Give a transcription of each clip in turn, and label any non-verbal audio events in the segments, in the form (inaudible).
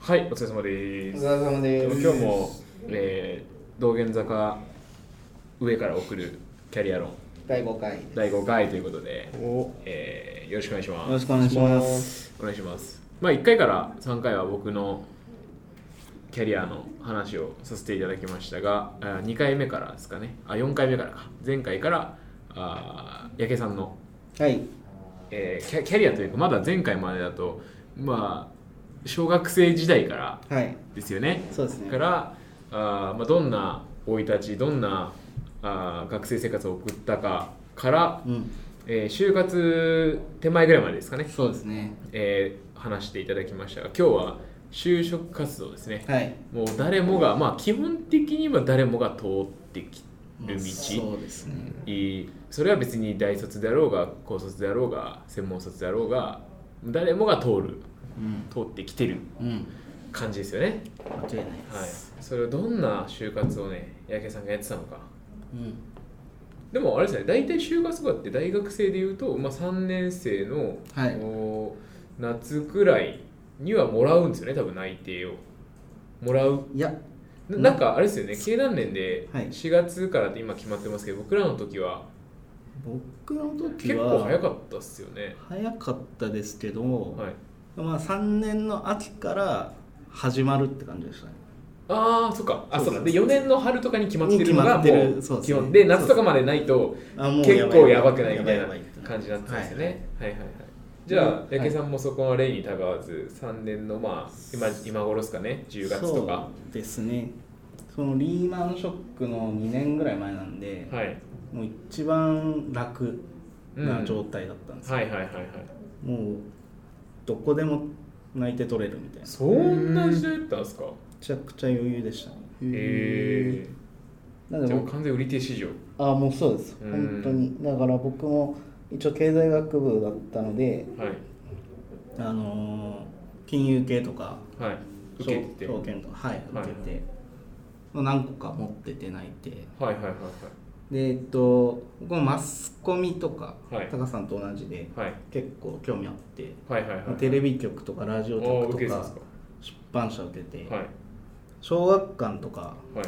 はい、お疲れ様でおす。疲れ様です。今日も、えー、道玄坂上から送るキャリア論第5回です。第5回ということで、おえーよろしくお願いしよろましす。くお願いします。お願いします。まあ1回から3回は僕のキャリアの話をさせていただきましたが、あ2回目からですかね、あ4回目からか、前回からあー八けさんのはい。えーキャキャリアというかまだ前回までだとまあ小学生時代からはい。ですよねそうですねからあー、まあ、どんな生い立ちどんなあー学生生活を送ったかから、うん。えー就活手前ぐらいまでですかね、そうですね。えー話していただきましたが今日は就職活動ですねはい。もう誰もがまあ基本的には誰もが通ってきる道、そうですね。いいそれは別に大卒であろうが高卒であろうが専門卒であろうが誰もが通るうん。通ってきてるうん。感じですよね間違いないではいす。それをどんな就活をね八重さんがやってたのかうん。でもあれですね大体就活とかって大学生でいうと、まあ、3年生の、はいお夏くらいにはもらうんですよね多分内定をもらういや、なうんなんかあれですよね経団連ではい4月からって今決まってますけど僕らの時は僕の時結構早はかったっすよね早かったですけど、はいまあ3年の秋から始まるって感じでしたね。ああそっかあそそううそうかで4年の春とかに決まってるのがにも決まってるうそうです基ね本で夏とかまでないとあもう結構やばくないやみばたいいやなばいって感じになってますよはいねはいはいはいじゃあうん八木さんもそこの例にたがわず3年のまあ今今頃ですかね10月とかそうですね。そのリーマンショックの2年ぐらい前なんで、はいもう一番楽な状態だったんですよはいはいはいはいもうどこでも泣いて取れるみたいなめそんな時代だったんですかちゃくちゃ余裕でしたねへえなんでじゃあもうもう完全売り手市場あもうそうですうん本当にだから僕も一応経済学部だったのではいあのー金融系とかはい受けてては証い券とかはいは受いけて、何個か持ってて泣いてはいはいはでえっと僕もマスコミとか、はい高さんと同じでいはい結構興味あって、はいはいはいはいテレビ局とかラジオああ受局けてとたんかです出版社受けて、かはい小学館とかはい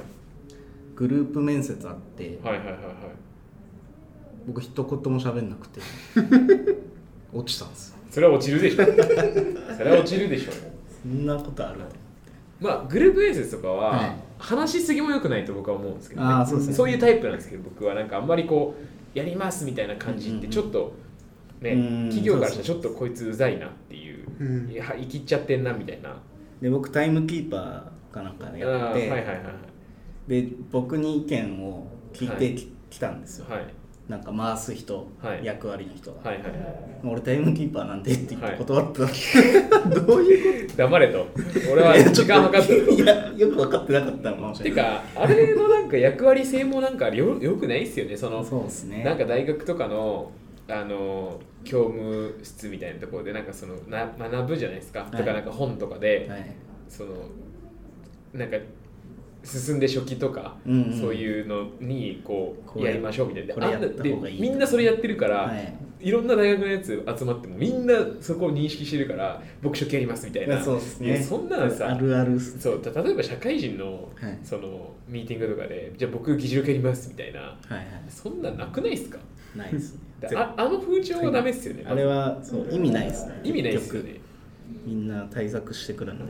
グループ面接あってはいはいはいはい僕一言も喋んな (laughs) くて落ちたんですよそれは落ちる (laughs) でしょそれは落ちるでしょそんなことあるまあグループ面接とかははい話しすぎも良くないと僕は思うんですけど、あーそうですねいうタイプなんですけど僕はなんかあんまりこうやりますみたいな感じっうんうんてうんちょっとね、うん企業からしたらちょっとこいつうざいなっていう、うんいや生きっちゃってんなみたいな、で僕タイムキーパーかなんかねあやっーてて、はいはいはいで僕に意見を聞いはいてき,、たんですよはいなんか回す人、はい役割の人が、はいはい俺タイムキーパーなんでって言ってはい断った、 (laughs) どういうこ黙れと (laughs) 俺とはいや時間計ってるちょっとといやよく分かってなかったのかもしてれないかあれのなんか役割性もなんかよよくないっすよねそのそうですねなんか大学とかのあの教務室みたいなところでなんかそのな学ぶじゃないですか、いとかなんか本とかで、はいそのなんか進んで初期とか、うんうんそういうのにここうれやりましょうみたいなこれやったあんなで方がいいみんなそれやってるから、はいい、ろんな大学のやつ集まってもみんなそこを認識してるから僕初期やりますみたいいやなそうですいねやそんなのさあるあるっすそうた例えば社会人の,、はいそのミーティングとかでじゃあ僕議事録やりますみたいなはいはそんなんなくないですかいないですねでああの風潮はダメっすよね、あれはそう意味ないですね意味ないっすよ結ね局みんな対策してくるんで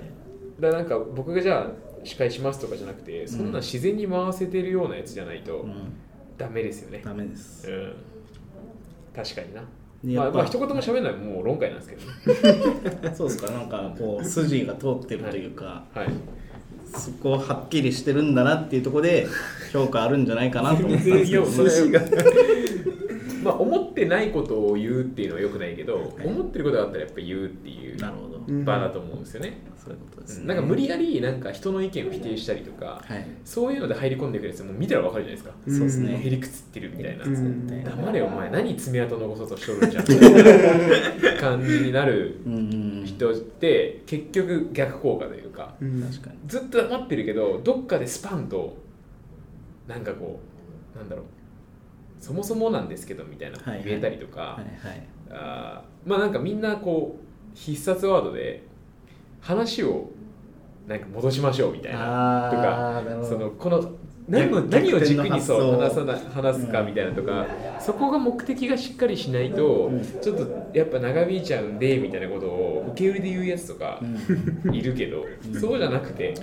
だからなんか僕がじゃあ司会しますとかじゃなくてそんな自然に回せてるようなやつじゃないとうんダメですよねダメですうん、確かになでまやあ、っぱまあ一言も喋んないもう論外なんですけどねそうですかなんかこう筋が通ってるというか、はいそこはっきりしてるんだなっていうところで評価あるんじゃないかなと思ったんですけど全然よ筋がまあ思ってないことを言うっていうのはよくないけど思ってることがあったらやっぱ言うっていうなるほどうん場だと思うんですよね、そういうことでうすねんなんか無理やりなんか人の意見を否定したりとか、はいそういうので入り込んでくるやつもう見たらわかるじゃないですか、そうですもうへねりくつってるみたいな、うん黙れお前何爪痕残そうとしとるんじゃんみたい (laughs) な感じになるうんうんうん人って結局逆効果というかうん確かにずっと黙ってるけどどっかでスパンとなんかこうなんだろうそもそもなんですけどみたいなのがはいはい見えたりとか、はいはいあーまあなんかみんなこう必殺ワードで話をなんか戻しましょうみたいなあーとかなるほどそのこの何を逆何を軸逆転のに発そう想話さな話すかみたいなとか、そこが目的がしっかりしないと、うんちょっとやっぱ長引いちゃうんでみたいなことを受け売りで言うやつとかうんいるけど、そうじゃなくて、はいうん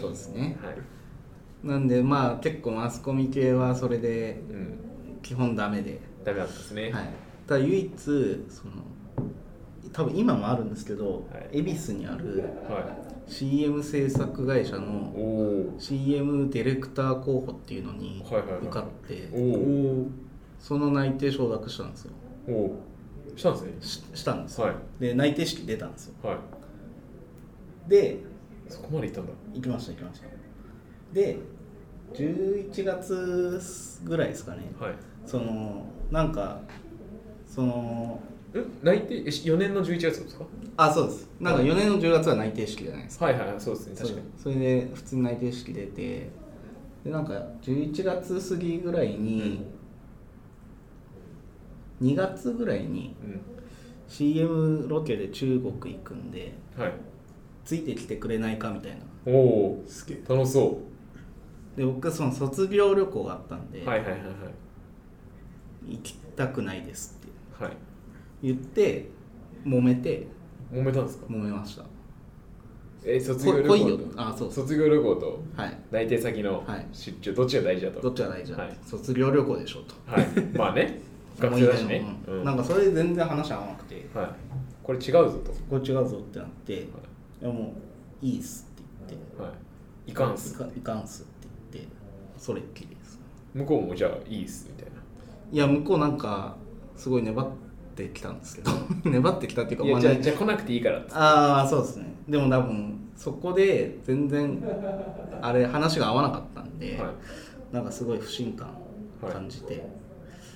そうですねはいなんでまあ結構マスコミ系はそれでうん、基本ダメで、ダメだったですね、はい、ただ唯一その多分今もあるんですけど、はい恵比寿にあるは CM 制作会社い、おのお CM ディレクター候補っていうのにはいはいはい受かって、おーその内定承諾したんですよおおしたんですねししたんですよ、はいで内定式出たんですよはいでそこまで行ったんだ行きました行きましたで11月ぐらいですかねはいそのなんかそのん内定4年の11月ですかあそうですなんか4年の10月は内定式じゃないですかはいはいはいそうですね確かにそうそれで普通に内定式出てでなんか11月過ぎぐらいに、2月ぐらいにう CM ロケで中国行くんでんはいついてきてくれないかみたいなおおすげ楽しそで僕その卒業旅行があったんで、うはいはいはいはい行きたくないですってはい言って揉めて揉めたんですか揉めましたえ卒業こ旅来いよ行とあそう卒業旅行とはい内定先のはい出張どっちが大事だとどっちが大事だ、はい卒業旅行でしょとはいまあ (laughs) ね学生だしね思い出のううんんなんかそれで全然話合わなくてはいこれ違うぞこれ違うぞってなって、い、やもういいっすって言ってとはいいかんっすかいかんっすって言ってそれっきりです向こうもじゃあいいっすみたいないや向こうなんかすごい粘ってきたんですけど (laughs) 粘ってきたっていうかいやまあじゃあねじゃあ来なくていいからっつってああそうですねでも多分そこで全然あれ話が合わなかったんで、はなんかすごい不信感感じて、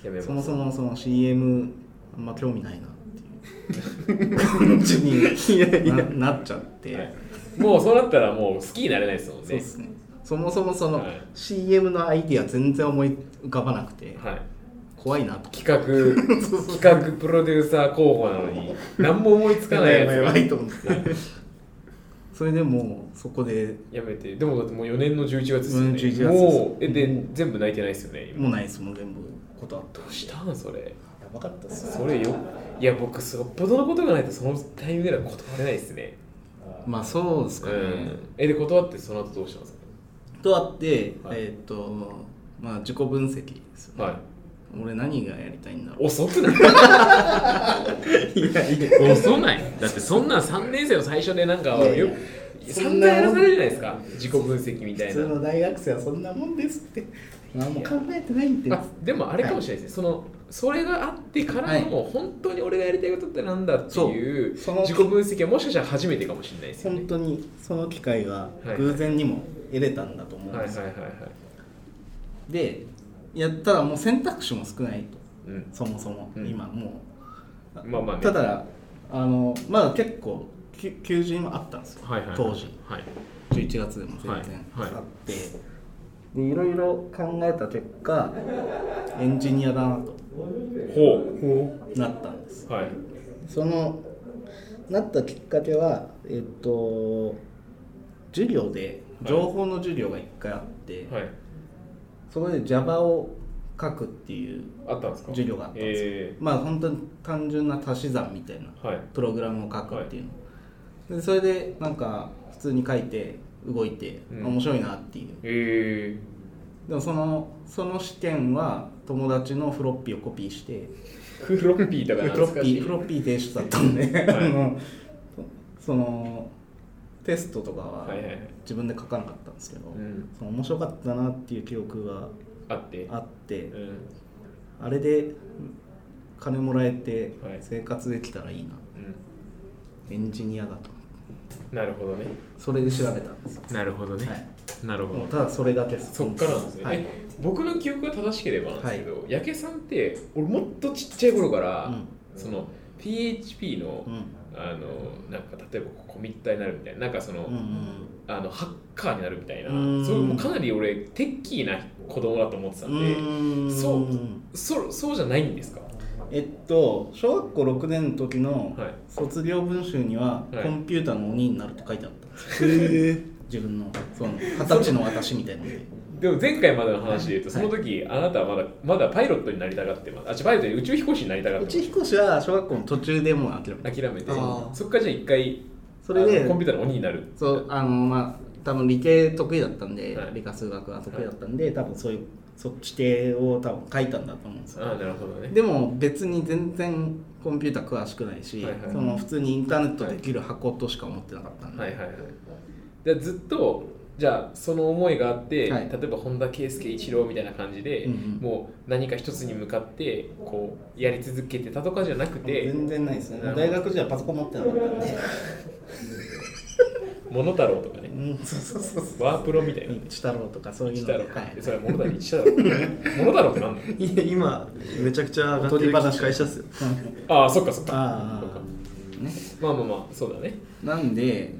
いやめますそもそもその CM あんま興味ないなっ (laughs) ていう感じにななっちゃって、はいもうそうなったらもう好きになれないですもんねそうですねそもそもそのはい CM のアイディア全然思い浮かばなくてはい怖いなと企画企画プロデューサー候補なのに何も思いつかないやつやばがいやばいと思って (laughs) それでもうそこでやめてでもだってもう4年の11月ですようんね11月ですもうえで、全部泣いてないですよね今もうないですもう全部断ってどうしたんそれやばかったっすそれよいや僕そっぽどのことがないとそのタイミングでは断れないですねまあそうですうかね、んえで断ってその後どうしたんですとあって、はいえーっ、とまあ自己分析ですよね、かはい俺何がやりたいんだろ遅くないういやいや遅ないだってそんなん3年生の最初でなんかいやいやよ散々やらされるじゃないですか自己分析みた普い通なの大学生はそんなもんですって何も考えてないんであでもあれかもしれないですね、そのそれがあってからの、本当に俺がやりたいことってなんだっていうそうその自己分析はもしかしたら初めてかもしれないですよね本当にその機会がはい偶然にも得れたんだと思うんはいではいはいすよ、はいでやったらもう選択肢も少ないとうんそもそも、うん今もう、まあまあねただあのまだ結構き求人もあったんですよ、はいはいはい当時はい11月でも全然はいはいあって、でいろいろ考えた結果エンジニアだなとほなったんですうはいそのなったきっかけはえっと授業ではい情報の授業が1回あって、はいそこで Java を書くっていうあったんですか授業があったんですよえまあ本当に単純な足し算みたいなー、はいプログラムを書くっていうの、でそれでなんか普通に書いて動いて、うん面白いなっていうえでもそのその試験は友達のフロッピーをコピーしてー、フロッピーとかフロ懐ッかピしいーフロッピー提出だったんで、はい (laughs) あのそのテストとかははいはいはい自分で書かなかったんですけど、うんその面白かったなっていう記憶があってあってうんあれで金もらえてはい生活できたらいいな、うんエンジニアだとなるほどねそれで調べたんですよ、なるほどねはいなるもうただそれだけですそっからなんですね、はいえ僕の記憶が正しければなんですけど、矢家さんって俺もっとちっちゃい頃から、うんその PHP の,、うんあのなんか例えばコミッターになるみたいななんかその,、うんうんあのハッカーになるみたいなうんそういうもうかなり俺テッキーな子供だと思ってたうんでーんそうそそうじゃないんですかえっと小学校6年の時のはい卒業文集には、はいコンピューターの鬼になるって書いてあったんですよへえ自分のその二十歳の私みたいなのででも前回までの話で言うとその時あなたはまだまだパイロットになりたがってますあ違うパイロットに宇宙飛行士になりたがっ宇て宙飛行士は小学校の途中でもう諦めまたす諦めてあーそっからじゃあ一回それであのコンピューターの鬼になるそうあのまあ多分理系得意だったんで、はい理科数学は得意だったんで、多分そういうそっち系を多分書いたんだと思うんですよああなるほどねでも別に全然コンピューター詳しくないし、はいはいその普通にインターネットできる箱としか思ってなかったんで、はいはいはいじゃあずっとじゃあその思いがあって、はい例えば本田圭佑一郎みたいな感じで、うんうんもう何か一つに向かってこうやり続けてたとかじゃなくて全然ないですねなるほど大学時代パソコン持ってなかったんで、 「モノタロウ」とかねうん、そうそうそう「そワープロ」みたいうな、うねんチタロウとかそういうしのたで、はろい、それはモノタロウしたろ (laughs) うモノタロウってなんだいや今めちゃくちゃ上がってる会社っすよああそっかそっかあそっかあねまあまあまあそうだね、なんで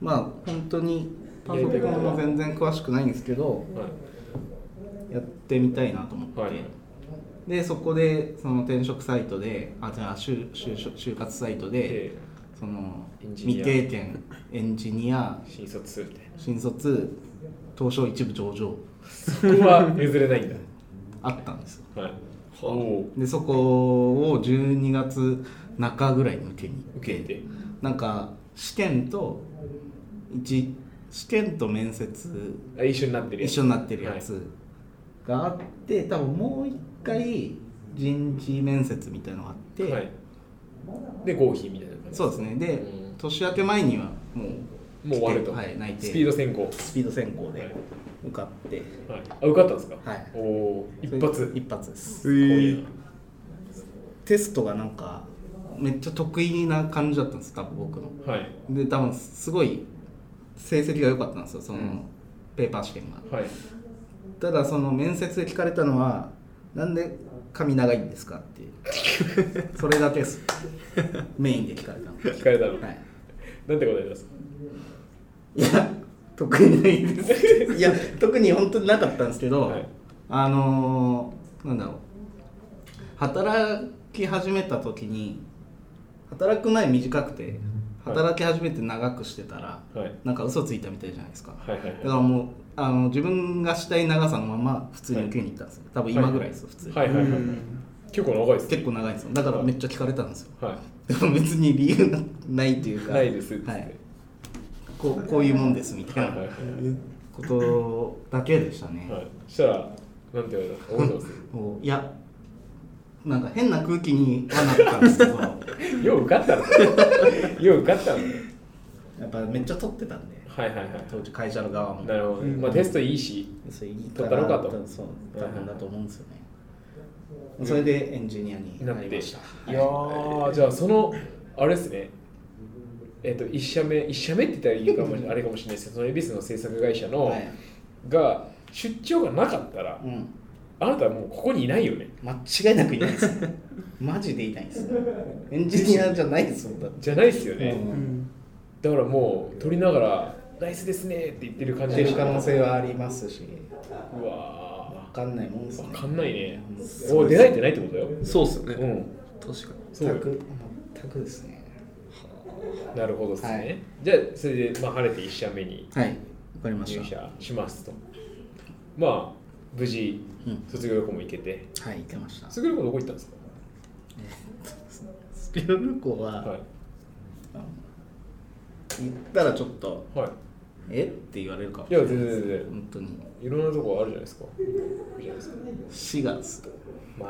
うんまあ本当にパソコンも全然詳しくないんですけどはいやってみたいなと思って、はいでそこでその転職サイトであじゃあ就就職就活サイトで、でそのエンジニア未経験エンジニア新卒するみたい新卒東証一部上場なそこは譲れないんあったんですよだはいおおでそこを12月中ぐらいに受けに受けてなんか試験と一試験と面接あ一緒になってるやつ一緒になってるやつがあって多分もう一回人事面接みたいのがあって、はい、で合否みたいな感じそうですねで、うん年明け前にはもうもう終わると、はい内定スピード選考、スピード選考はいで受かって、はい、あ受かったんですか、はいおおー一発一発ですういテストがなんかめっちゃ得意な感じだったんです多分僕のはいで多分すごい成績が良かったんですよその、うんペーパー試験がはいただその面接で聞かれたのは「なんで髪長いんですか?」っていう (laughs) それだけですメインで聞かれたの聞かれたの、はいなんて答えたんですかいや特にないですいや特に本当になかったんですけど、はいあのーなんだろう働き始めた時に働く前短くてはい働き始めて長くしてたら、はいなんか嘘ついたみたいじゃないですか、はいはいだからもうあの自分がしたい長さのまま普通に受けに行ったんですよ多分今ぐらいですよ、普通に、はいはいはい、はい、結構長いですね結構長いんですよだからめっちゃ聞かれたんですよはでも別に理由がないといういかないですっつって、はい、こうこういうもんですみたはいいはいなはいことだけでしたね、はいそしたらなんて言われた覚えてますこういやなんか変な空気にはなったんですけ (laughs) どやよう受かったのよう受かったのっぱめっちゃ取ってたんではいはいはい当時会社の側もなるほど、ねうんまあテストいいしそれいい取ったろうかとそうはい多はい分だと思うんですよね、それでエンジニアにななっりてましたいやーじゃあそのあれですねえっ、と一社目一社目って言ったらいいかもしれあれかもしれないですけどその恵比寿の制作会社の、はい、が出張がなかったらうん、あなたはもうここにいないよね間違いなくいないです (laughs) マジでいないですエンジニアじゃないですもんだってじゃないですよね、うんうんだからもう撮りながら「ナイスですね」って言ってる感じ出でるした可う能性はありますしわ分かんないもんですーねわかんないねうんお出ないってないってことだよそうっすよね、うん確かそう全よく全くですねなるほどですね、はいじゃあそれで、まあ、晴れて一社目にはいわかりま入した社しますとまあ無事うん卒業旅行も行けてはい行けました卒業旅行どこ行ったんですかスピル旅行は、はいあの行ったらちょっとはえって言われるかもいいや全然全然本当にいろんなとこあるじゃないですかいいじゃないですか4月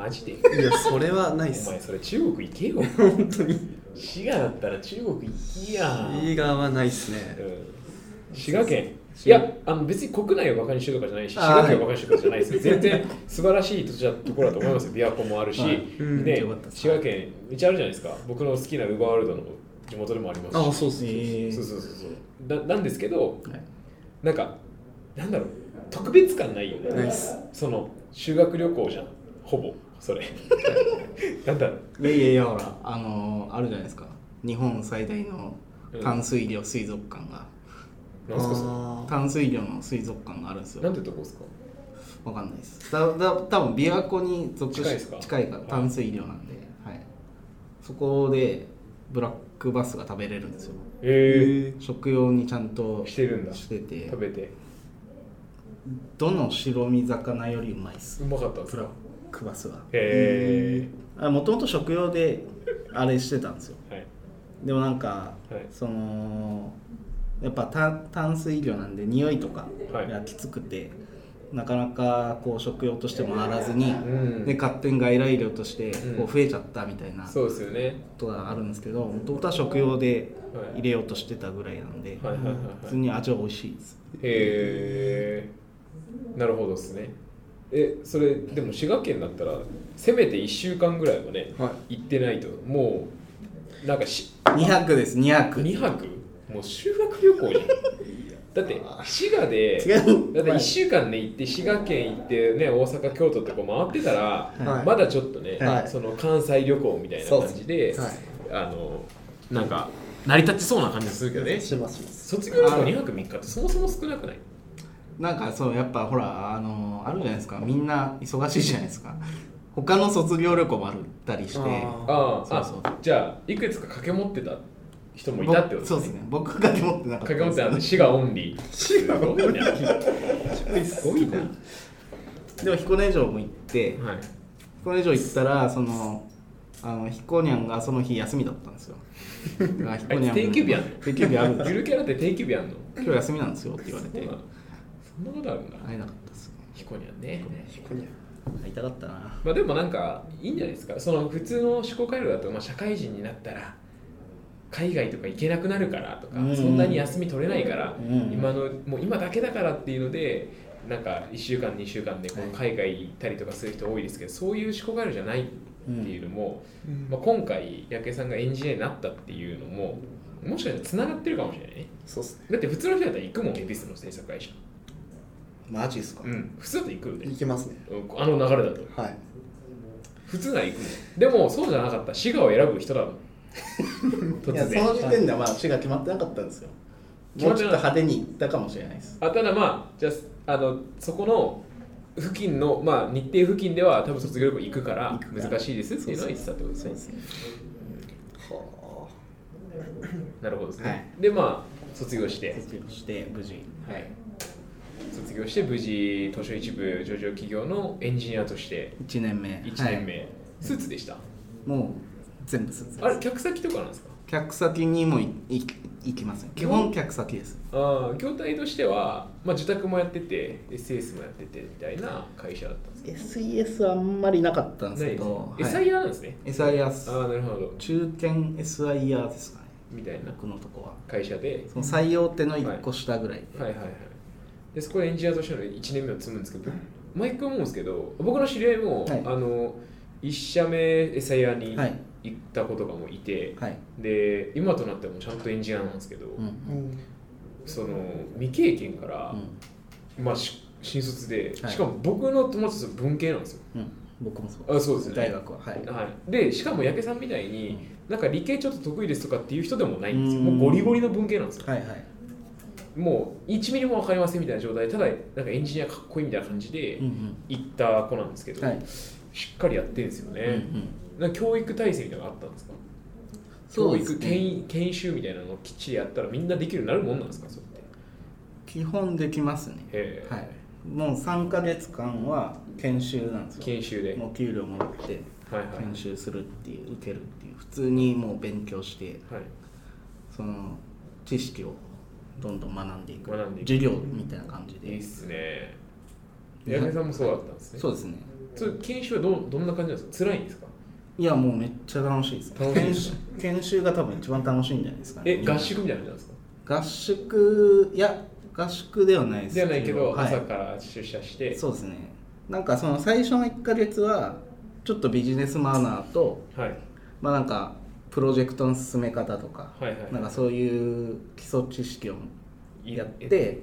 マジでにいやそれはないっおす前それ中国行けよ本当に滋賀だったら中国行きや映画はないっすうねん滋賀県いやあの別に国内をバカにしてるとかじゃないし滋賀県をバカにしてるとかじゃないですよ全然素晴らしい土地だところだと思いますよ琵琶湖もあるし、はいうんでよかったです滋賀県めっちゃあるじゃないですか僕の好きなウーバーワールドの地元でもありますしあそうっすえーそうそうそうそうななんですけどはいなんかなんだろう特別感ないよねないっすその修学旅行じゃんほぼそれなんだろういやいやいやほらあのーあるじゃないですか日本最大の淡水魚水族館が、なんすかそれあー淡水魚の水族館があるんですなよんてとこですかわかんないですだだ多分琵琶湖に属し近いですか近いから淡水魚なんで、はい、そこでブラックバスが食べれるんですよえ食用にちゃんとー、してるんだしてて食べてどの白身魚よりうまいですうまかったんですブラッかクバスはへもともと食用であれしてたんですよえー、はいでもなんか、はいそのやっぱ炭淡水魚なんで匂いとかはいがきつくて、なかなかこう食用としても回らずに、んで勝手に外来魚としてうんこう増えちゃったみたいなこそうですよねとがあるんですけどもともとは食用ではい入れようとしてたぐらいなんで、はいはいはいはい普通に味は美味しいですへえなるほどですねえそれでも滋賀県だったらせめて1週間ぐらいはね、は行ってないともうなんかし2泊です2泊2泊もう修学旅行じゃんだって滋賀で違うだって1週間ね行って滋賀県行ってね大阪京都とか回ってたら、はいまだちょっとね、はいその関西旅行みたいな感じで、はいあのなんか成り立ちそうな感じがするけどねしますします卒業旅行2泊3日ってそもそも少なくないなんかそうやっぱほらあのあるじゃないですかみんな忙しいじゃないですか他の卒業旅行もあったりしてあああそうあじゃあいくつか掛け持ってた人もい僕たってことそうですね僕掛け持ってなかった掛け持ってたんでで滋賀オンリー滋賀オンリー (laughs) すごいなすでも彦根城も行ってはい彦根城行ったらそのあの彦にゃんがその日休みだったんです (laughs) よだから彦にゃんもあいつ定休日あんの定休日あるんですゆよ (laughs) るキャラって定休日あんの今日休みなんですよって言われそうてなのそんなことあるんだ会えなかったですよヒコニャンね会いたかったなまあでもなんかいいんじゃないですかその普通の思考回路だと、まあ、社会人になったら海外とか行けなくなるからとかうんそんなに休み取れないからうん今のもう今だけだからっていうのでなんか1週間2週間でこう海外行ったりとかする人多いですけどそういう思考回路じゃないっていうのも、まあ、今回八重さんがエンジニアになったっていうのももしかしたらつながってるかもしれないねそうっすねだって普通の人だったら行くもん恵比寿の制作会社マジですかうん普通だと行くよねいけますねうんあの流れだとはい普通なら行くもんでもそうじゃなかった滋賀を選ぶ人 (laughs) だもん突いやそ然の時点ではまあ死が決まってなかったんですよ決もまっうてちょなっとかった派手に行ったかもしれないですあただまあじゃああのそこの付近の、まあ、日程付近では多分卒業旅行行くから行くから難しいですっていうのは言ってたってことですねねはなるほどですね、はいでまあ卒業して、卒業して無事はい、卒業して無事東証一部上場企業のエンジニアとして1年目1年目、はいスーツでしたもう全部スーツですあれ客先とかなんですか客先にもいい行きません基本客先ですああ業態としては、まあ、受託もやってて SS もやっててみたいな会社だったんです SES はあんまりなかったんですけどないですね SIR なんですね、 SIS ああなるほど中堅 SIR ですかねみたいな僕のとこは会社でその採用手の1個下ぐらいで、はいはいはいでそこでエンジニアとしての1年目を積むんですけど毎回思うんですけど僕の知り合いも、はいあの1社目 SIR にはい行ったことがもういて、はいで今となってはもうちゃんとエンジニアなんですけど、うんあうんその未経験からう、んまあ、し新卒で、はいしかも僕の友達と文系なんですようん、僕もそうあそうですよね大学ははいはい、でしかも八けさんみたいに、なんか理系ちょっと得意ですとかっていう人でもないんですようんもうゴリゴリの文系なんですよはいはいもう1ミリも分かりませんみたいな状態ただなんかエンジニアかっこいいみたいな感じでうんうん行った子なんですけど、はいしっかりやってるんですよね、うんうんなんか教育体制みたいなのがあったんですかそ教うです育ね研研修みたいなのをきっちりやったらみんなできるようになるもんなんですかそれって基本できますねへえはいもう3か月間は研修なんですよ研修で、もう給料もらってはいはい研修するっていう受けるっていう普通にもう勉強してはいその知識をどんどん学んでいく学んでいく授業みたいな感じいいでっすねいや八けさんもそうだったんですねそうですねそれ研修はどうどんな感じなんですか辛いんですかいやもうめっちゃ楽しいです楽しいで研す修研修が多分一番楽しいんじゃないですかねえ合宿みたいな感じなんですか合宿いや合宿ではないですじゃないけど、はい朝から出社してそうですねなんかその最初の1か月はちょっとビジネスマナーとはいまあなんかプロジェクトの進め方とか、はいはいなんかそういう基礎知識をやって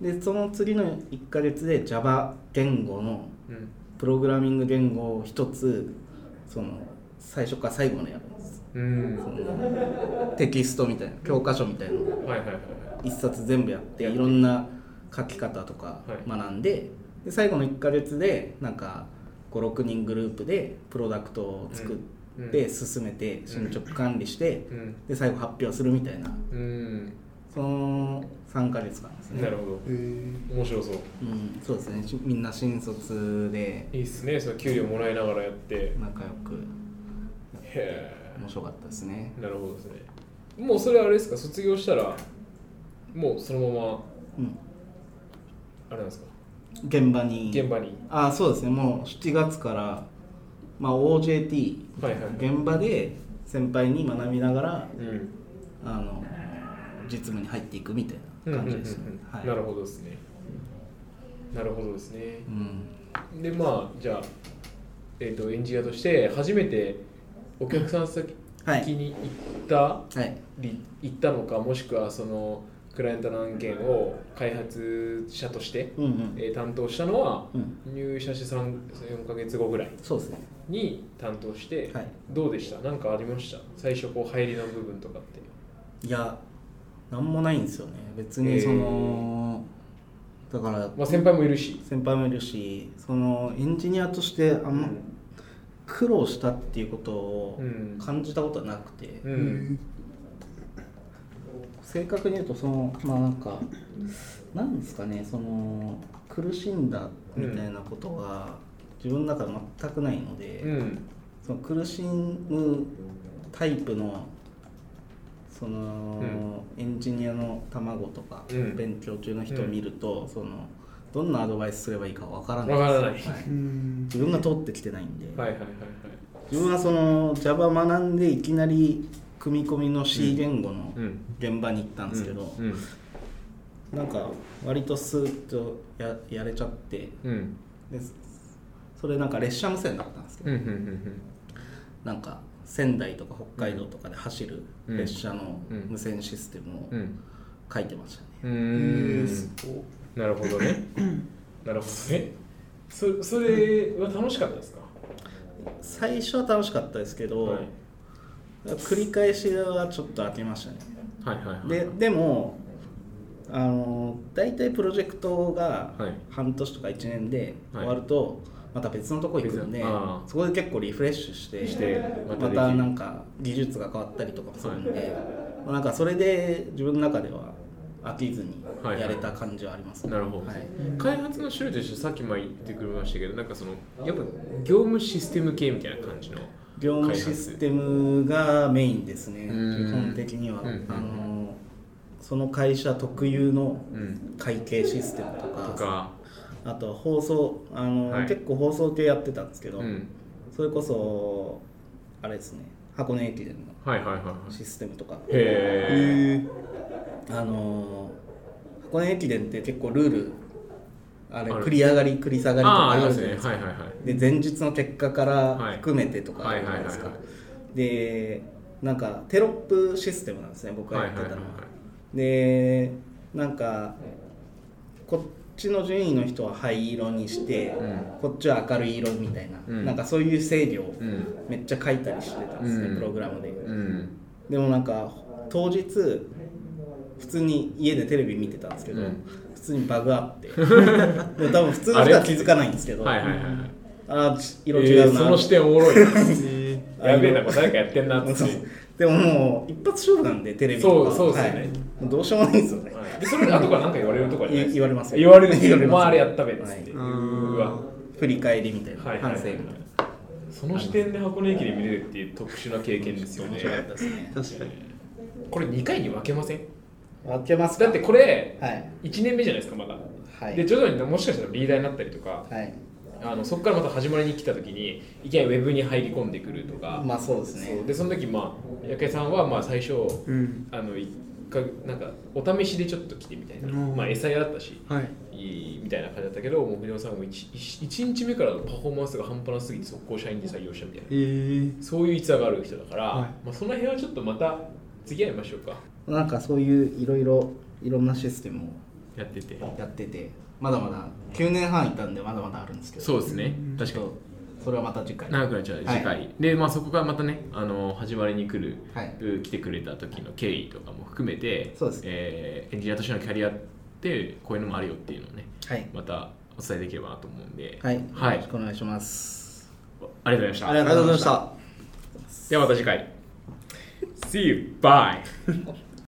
でその次の1か月で Java 言語のうんプログラミング言語を一つその最初から最後までやるんですうんそのテキストみたいな教科書みたいなのをはいはいはいはい一冊全部やってやっていろんな書き方とかはい学んで、で最後の1ヶ月でなんか56人グループでプロダクトを作うんっうてん進めて進捗管理してうんで最後発表するみたいなうんその3ヶ月間ですねなるほどえー、面白そううん、そうですねしみんな新卒でいいっすねその給料もらいながらやって仲良くへ面白かったですねえなるほどですねもうそれあれですか卒業したらもうそのままうんあれなんですか現場に現場にあそうですねもう7月から、まあ、OJT はいはい現場で先輩に学びながらうんあの実務に入っていくみたいな感じですね、はいなるほどですねなるほどですねうん、でまあじゃあ、えー、とエンジニアとして初めてお客さん先はいに行った、はいり行ったのかもしくはそのクライアントの案件を開発者として、うんうんえー担当したのはうん入社して4か月後ぐらいそうですねに担当して、はいどうでした何かありました最初こう入りの部分とかっていやなんもないんですよね別にそのだからまあ先輩もいるし先輩もいるしそのエンジニアとしてあんま苦労したっていうことをうん感じたことはなくて、うん正確に言うとそのまあなんかなんですかねその苦しんだみたいなことが自分の中で全くないので、うんその苦しむタイプのその、エンジニアの卵とか、うん勉強中の人を見ると、そのどんなアドバイスすればいいかわからないわからないはいうん自分が通ってきてないんで、はいはいはいはい自分はその Java 学んでいきなり組み込みの C 言語のうん現場に行ったんですけど、うんなんか割とスーッとややれちゃってうんでそれなんか列車無線だったんですけど、うんうんうんなんか仙台とか北海道とかで走るうん列車のうん無線システムをうんうん書いてましたね、うえーーんすごっなるほどね。なるほどね。そそれは楽しかったですか、最初は楽しかったですけど、はい繰り返しはちょっと飽きましたねはいはいはい。ででもあの大体プロジェクトがはい半年とか1年ではい終わると、また別のとこ行くんで別のあーそこで結構リフレッシュしてしてまたまたできるなんか技術が変わったりとかもするんで、まあなんかそれで自分の中では飽きずにはいやれた感じはありますね、なるほど、はい開発の種類としてさっきも言ってくれましたけど、なんかその、やっぱ業務システム系みたいな感じの。業務システムがメインですねうん基本的には、うんあのその会社特有のうん。会計システムととかか、あと放送あの、はい結構放送系やってたんですけど、うん。それこそあれですね箱根駅伝のはいはいはいはい。システムとかへえ。あのー箱根駅伝って結構ルールあれある繰り上がり繰り下がりとああ、あかありるまじすゃないね。ですかはいはいはい。で前日の結果かはいら含めてとかあはいるじはゃいなはいいはでいすかでなんかテロップシステムなんですね僕がやってたのは,、はいはいはいはでなんかこっちの順位の人は灰色にして、んこっちは明るい色みたいな、うんなんかそういう制御をうん。めっちゃ書いたりしてたんですね、うんプログラムで、うん。でもなんか当日普通に家でテレビ見てたんですけど、うん普通にバグあっ (laughs) てでも多分普通の人は気づかないんですけどはいはいはいはい。あー色違うえーな、その視点おもろい (laughs) な。やべえな、これ誰かやってんなって。そうでももう一発勝負なんでテレビとかそうそうですよねはいもうどうしようもないんですよね、はいでそれで後から何か言われるとかじゃないですか言われますよ言われるんです言われよおます前あれやったべっつって、はうーわ振り返りみたいな、はいはい反省みたいなその視点で箱根駅で見れるっていう特殊な経験ですよ面ね白かったですね確かにこれ2回に分けません分けますかだってこれはい1年目じゃないですかまだ、はいで徐々にもしかしたらリーダーになったりとかはいあのそこからまた始まりに来た時にいきなりウェブに入り込んでくるとか、まあそうですそうねでその時まあ八重さんはまあ最初うんあの一回なんかお試しでちょっと来てみたいな、うんまあ餌屋だったしはいいいみたいな感じだったけど、もう藤本さんも 1, 日目からのパフォーマンスが半端なすぎて速攻社員で採用したみたいな、えーそういう逸話がある人だから、はいまあ、その辺はちょっとまた次会いましょうか、なんかそういういろいろいろんなシステムをやってて。やっててまだまだ9年半いたんでまだまだあるんですけどそうですね、確ちかょっに。とそれはまた次回長くなっちゃう、次回。はいで、まあ、そこからまたね、あの始まりに来る、はい来てくれた時の経緯とかも含めて、そうですねえーエンジニアとしてのキャリアって、こういうのもあるよっていうのをね、はいまたお伝えできればなと思うんで、はい、はいよろしくお願いしますありがとうございました。ありがとうございましたではまた次回。See you! Bye!